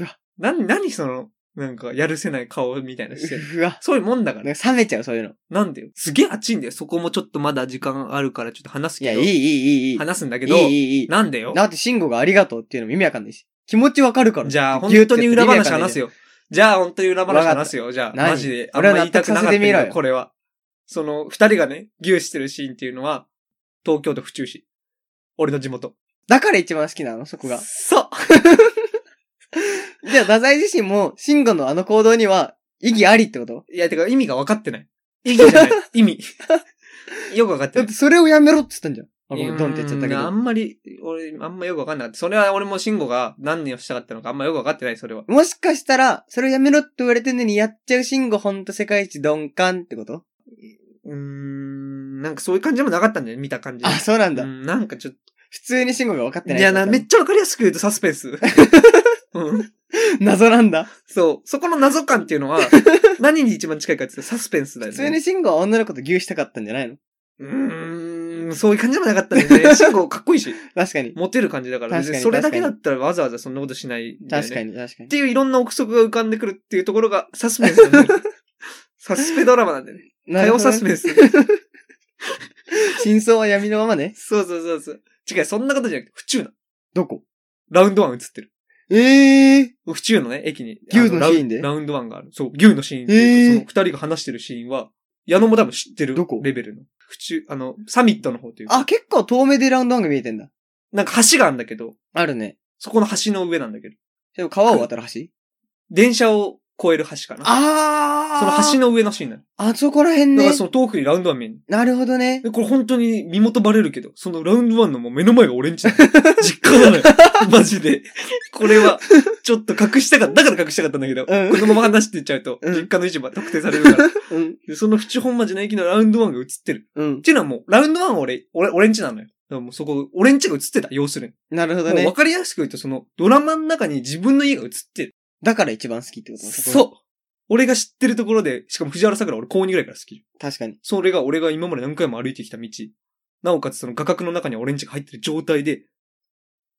Speaker 2: うわ、
Speaker 1: な、何その、なんか、やるせない顔みたいなのしてる。
Speaker 2: うわ。
Speaker 1: そういうもんだから
Speaker 2: な。んか冷めちゃう、そういうの。
Speaker 1: なんでよ。すげえ熱いんだよ。そこもちょっとまだ時間あるからちょっと話すけ
Speaker 2: いや、い
Speaker 1: ど。
Speaker 2: い、いい、いい、いい。
Speaker 1: 話すんだけ
Speaker 2: い
Speaker 1: ど。
Speaker 2: い、いい、いい。
Speaker 1: なんでよ。
Speaker 2: だって、慎吾がありがとうっていうのも意味わかんないし。気持ちわかるから。
Speaker 1: じゃあ、
Speaker 2: ぎゅっ
Speaker 1: 本当
Speaker 2: てや
Speaker 1: に
Speaker 2: って
Speaker 1: 裏話話す
Speaker 2: 意味わ
Speaker 1: よ。じゃあ、本当に裏話話すよ。じゃあ、
Speaker 2: 何
Speaker 1: マジで。あん
Speaker 2: 俺
Speaker 1: ま
Speaker 2: は
Speaker 1: 言いたくなかったけ
Speaker 2: 納得させてみろ
Speaker 1: ど、
Speaker 2: よ
Speaker 1: これは。その、二人がね、牛してるシーンっていうのは、東京都府中市。俺の地元。
Speaker 2: だから一番好きなの、そこが。
Speaker 1: そう
Speaker 2: じゃあ、太宰自身も、慎吾のあの行動には、意義ありってこと
Speaker 1: いや、てか意味が分かって ない。意味じゃない。意味。 よく分かって
Speaker 2: だ
Speaker 1: な
Speaker 2: っ
Speaker 1: い
Speaker 2: て、。それをやめろって言ったんじゃん。あ、ごめ、
Speaker 1: うん
Speaker 2: ドンって言っちゃったけ
Speaker 1: あ
Speaker 2: ど。
Speaker 1: んまり、俺、あんまよく分かんなかった。それは俺も慎吾が何をしたかったのかあんまよく分かってない、それは。
Speaker 2: もしかしたら、それをやめろって言われてんのに、やっちゃう慎吾ほんと世界一鈍感ってこと
Speaker 1: うーん、なんかそういう感じもなかったんだよね、見た感じ。
Speaker 2: あ、そうなんだ
Speaker 1: う。んなんかちょっ
Speaker 2: 普通に慎吾が分かって
Speaker 1: と。
Speaker 2: ない。
Speaker 1: じゃあな、めっちゃ分かりやすく言うとサスペン ス。うん。
Speaker 2: 謎なんだ。
Speaker 1: そう。そこの謎感っていうの は、何に一番近いかって言ったらサスペンスだよ
Speaker 2: 普
Speaker 1: ね。
Speaker 2: 通に慎吾は女の子と牛したかったんじゃないの
Speaker 1: うーん、そういう感じもなかったん だよね。シンゴかっこいいし、
Speaker 2: 確かに。
Speaker 1: モテる感じだから、
Speaker 2: 確かに
Speaker 1: 別にそれだけだったらわざわざそんなことしないんだよね、
Speaker 2: 確か
Speaker 1: っ
Speaker 2: に、確かに。
Speaker 1: ていういろんな憶測が浮かんでくるっていうところがサスペンスな んだよね。サスペドラマなんだよね。
Speaker 2: な
Speaker 1: 火
Speaker 2: るほ
Speaker 1: 曜
Speaker 2: ど
Speaker 1: サ
Speaker 2: ね
Speaker 1: スペンス。
Speaker 2: 真相は闇のままね。
Speaker 1: そうそうそうそう。違う、そんなことじゃなくて、府中なの。
Speaker 2: どこ
Speaker 1: ラウンドワン映ってる。
Speaker 2: ええ
Speaker 1: 府中のね、駅に。
Speaker 2: 牛の
Speaker 1: あラウ
Speaker 2: シーンで
Speaker 1: ラウンドワンがある。そう、牛のシーンって
Speaker 2: え
Speaker 1: い
Speaker 2: ー
Speaker 1: うか、その二人が話してるシーンは、矢野も多分知ってる
Speaker 2: どこ
Speaker 1: レベルの。府中、あの、サミットの方というか、
Speaker 2: あ、結構遠目でラウンドワンが見えてんだ。
Speaker 1: なんか橋があるんだけど、
Speaker 2: あるね。
Speaker 1: そこの橋の上なんだけど、
Speaker 2: でも川を渡る橋
Speaker 1: 電車を越える橋かな。
Speaker 2: あ
Speaker 1: その橋
Speaker 2: の。
Speaker 1: の上のシーンなの。
Speaker 2: あそこら辺
Speaker 1: だか
Speaker 2: ね
Speaker 1: ら。その遠くにラウンドワン見える。
Speaker 2: なるほどね。
Speaker 1: でこれ本当に身元バレるけど、そのラウンドワンのもう目の前が俺 んちなの実家なのよ。マジで。これは、ちょっと隠したかった。だから隠したかったんだけど、
Speaker 2: うん
Speaker 1: このまま話していっちゃうと、
Speaker 2: うん
Speaker 1: 実家の市場特定されるから。
Speaker 2: うん。
Speaker 1: で、その府中本町の駅のラウンドワンが映ってる。
Speaker 2: うん
Speaker 1: っ。ていうのはもう、ラウンドワンは俺、俺、俺んちなのよ。だからもうそこ、俺んちが映ってた、要する
Speaker 2: なるほ
Speaker 1: に。
Speaker 2: ど
Speaker 1: もう
Speaker 2: ね
Speaker 1: 分。かりやすく言うと、その、ドラマの中に自分の家が映ってる。
Speaker 2: だから一番好きってことう。
Speaker 1: そう俺が知ってるところで、しかも藤原さくら俺高2ぐらいから好き。
Speaker 2: 確かに。
Speaker 1: それが俺が今まで何回も歩いてきた道。なおかつその画角の中にオレンジが入ってる状態で、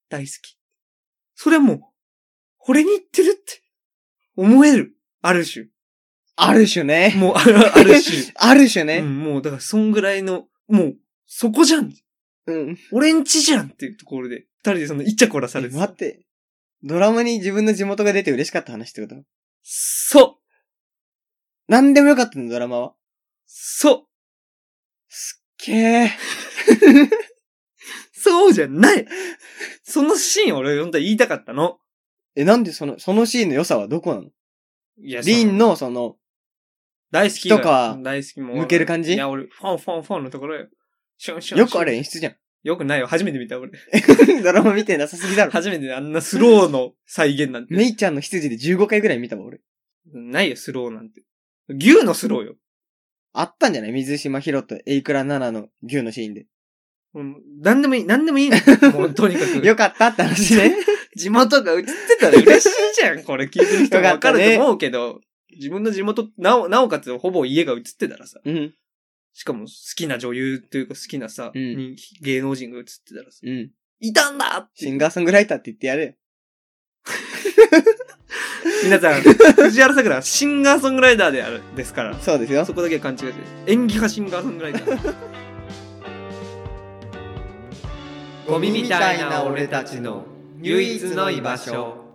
Speaker 1: 大好き。それはもう、俺に言ってるって、思える。ある種。
Speaker 2: ある種ね。
Speaker 1: もう、あるある種。
Speaker 2: ある種
Speaker 1: う
Speaker 2: ね。
Speaker 1: ん、もう、だから、そんぐらいの、もう、そこじゃん
Speaker 2: うん。
Speaker 1: 俺んちじゃんっていうところで、二人でそのイチャコラさ
Speaker 2: え
Speaker 1: れてた
Speaker 2: 待って。ドラマに自分の地元が出て嬉しかった話ってこと
Speaker 1: そう
Speaker 2: なんでもよかったの、ドラマは。
Speaker 1: そう
Speaker 2: すっげー。
Speaker 1: そうじゃないそのシーンを俺は本当は言いたかったの。
Speaker 2: え、なんでその、そのシーンの良さはどこなの
Speaker 1: いや
Speaker 2: リン
Speaker 1: の
Speaker 2: のその、
Speaker 1: 大好き
Speaker 2: とか
Speaker 1: 大好きも。
Speaker 2: 向ける感じ
Speaker 1: いや、俺、ファンファンファンのところよ。シュンシュン
Speaker 2: よくあれ。演出じゃ
Speaker 1: よくないよ。初めて見た、俺。
Speaker 2: ん。 ドラマ見てなさすぎだろ。
Speaker 1: 初めてあんなスローの再現なんて。
Speaker 2: メイちゃんの羊で15回ぐらい見たわ、俺。
Speaker 1: ないよ、スローなんて。牛のスローよ。
Speaker 2: あったんじゃない水島ヒロとエイクラナナの牛のシーンで。
Speaker 1: うん、なんでもいい、なんでもいいの。 もう、とにかく。
Speaker 2: よかったって話ね。
Speaker 1: 地元が映ってたら嬉しいじゃん。これ聞いてる人もわかると思うけど、自分の地元、なお、なおかつほぼ家が映ってたらさ、
Speaker 2: うん。
Speaker 1: しかも好きな女優というか好きなさ、
Speaker 2: うん
Speaker 1: 人気芸能人が映ってたらさ、
Speaker 2: うん。
Speaker 1: いたんだって
Speaker 2: シンガーソングライターって言ってやれよ。
Speaker 1: 皆さん、藤原さくらはシンガーソングライターである、ですから。
Speaker 2: そうですよ
Speaker 1: そ。こだけは勘違いして、演技派シンガーソングライター。ゴミみたいな俺たちの 唯一の居場所。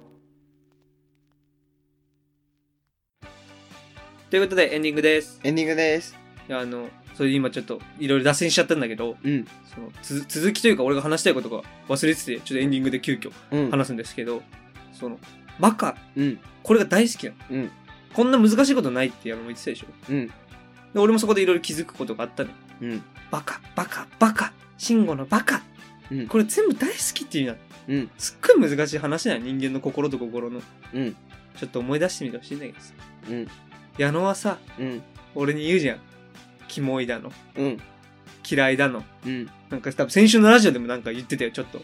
Speaker 1: ということでエンディングです。
Speaker 2: エンディングです。
Speaker 1: いやあの、それで今ちょっといろいろ脱線しちゃったんだけど、
Speaker 2: うん。
Speaker 1: そのつ続きというか俺が話したいことが忘れてて、ちょっとエンディングで急遽
Speaker 2: うん。
Speaker 1: 話すんですけど、その、バカ、
Speaker 2: うん。
Speaker 1: これが大好きなの。
Speaker 2: うん
Speaker 1: こんな難しいことないってやるのも言ってたでしょ。
Speaker 2: うん。
Speaker 1: で俺もそこでいろいろ気づくことがあったの。
Speaker 2: うん。
Speaker 1: バカ、バカ、バカ、慎吾のバカ。
Speaker 2: うん
Speaker 1: これ全部大好きっていうのは、
Speaker 2: うん。
Speaker 1: すっごい難しい話なの人間の心と心の。
Speaker 2: うん。
Speaker 1: ちょっと思い出してみてほしいんだけどさ。
Speaker 2: うん。
Speaker 1: 矢野はさ、
Speaker 2: うん。
Speaker 1: 俺に言うじゃん。キモいだの、
Speaker 2: うん。
Speaker 1: 嫌いだの。
Speaker 2: うん。
Speaker 1: なんか多分先週のラジオでもなんか言ってたよ、ちょっと。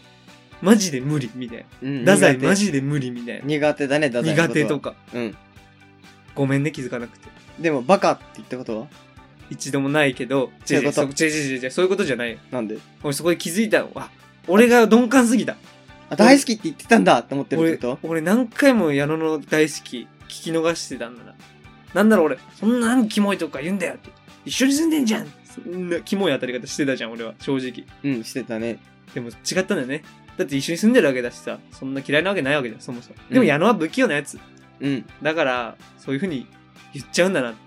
Speaker 1: マジで無理、みたいな。
Speaker 2: うん。
Speaker 1: 太宰
Speaker 2: 苦手
Speaker 1: マジで無理、みたいな。
Speaker 2: 苦手だね、太宰の
Speaker 1: 苦
Speaker 2: こと
Speaker 1: 手
Speaker 2: は
Speaker 1: と。か。
Speaker 2: うん。
Speaker 1: ごめんね、気づかなくて。
Speaker 2: でも、バカって言ったことは
Speaker 1: 一度もないけど、
Speaker 2: そういうこと
Speaker 1: 違違違違違そういうことじゃないよ。
Speaker 2: なんで
Speaker 1: 俺そこで気づいたの。あ、俺が鈍感すぎた。
Speaker 2: あ、大好きって言ってたんだって思ってるってこと
Speaker 1: 俺俺何回も矢野の大好き聞き逃してたんだななんなら俺そんなにキモいとか言うんだよって一緒に住んでんじゃんそんなキモい当たり方してたじゃん俺は正直
Speaker 2: うん、してたね。
Speaker 1: でも違ったんだよねだって一緒に住んでるわけだしさそんな嫌いなわけないわけじゃんそもそもでも
Speaker 2: うん
Speaker 1: 矢野は不器用なやつ、
Speaker 2: うん。
Speaker 1: だからそういう風に言っちゃうんだなって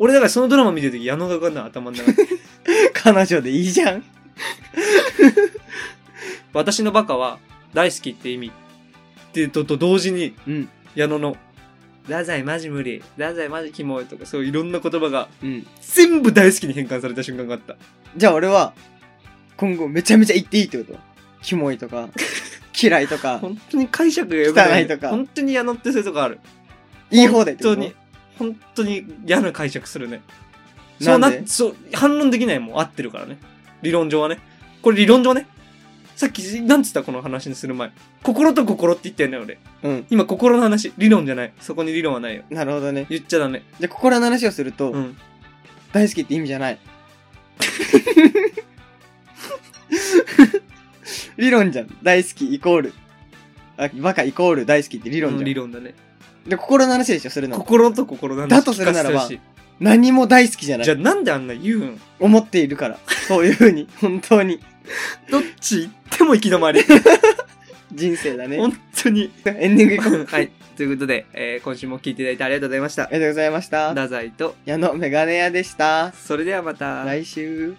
Speaker 1: 俺だからそのドラマ見てる時矢野が浮かんだの頭の中に
Speaker 2: 彼女でいいじゃん。
Speaker 1: 私のバカは大好きって意味ってとと同時に
Speaker 2: うん。
Speaker 1: 矢野の「太宰マジ無理太宰マジキモい」とかそういろんな言葉が
Speaker 2: うん。
Speaker 1: 全部大好きに変換された瞬間があった
Speaker 2: じゃあ俺は、今後めちゃめちゃ言っていいってことキモい とか、嫌いとか、
Speaker 1: 本当に解釈が読めない
Speaker 2: 汚いとか
Speaker 1: 本当に矢野ってそういうとこある
Speaker 2: 言い放題って
Speaker 1: 本
Speaker 2: こと
Speaker 1: 当に本当に嫌な解釈するね
Speaker 2: な
Speaker 1: そうんな
Speaker 2: で
Speaker 1: そう反論できないもん合ってるからね理論上はねこれ理論上ねさっきなんつったこの話にする前心と心って言ったよね俺
Speaker 2: うん。
Speaker 1: 今心の話理論じゃないそこに理論はないよ
Speaker 2: なるほどね。
Speaker 1: 言っちゃダメ
Speaker 2: じゃあ心の話をすると、
Speaker 1: うん
Speaker 2: 大好きって意味じゃない。理論じゃん。大好きイコール。あ、バカイコール大好きって理
Speaker 1: う
Speaker 2: 論じ
Speaker 1: ん
Speaker 2: ゃん。
Speaker 1: 理論だね
Speaker 2: で、心の話でしょ、するの。
Speaker 1: 心と心なん
Speaker 2: だとするならば何も大好きじゃない。
Speaker 1: じゃあなんであんな言うん
Speaker 2: 思っているから。そういうふうに。本当に。
Speaker 1: どっち行っても行き止まり。
Speaker 2: 人生だね。
Speaker 1: 本当 に。
Speaker 2: エンディングいこ う。
Speaker 1: はい。ということで、えー今週も聞いていただいてありがとうございました
Speaker 2: あ。りがとうございました。
Speaker 1: 太宰と、
Speaker 2: 矢野メガネ屋でした。
Speaker 1: それではまた。
Speaker 2: 来週。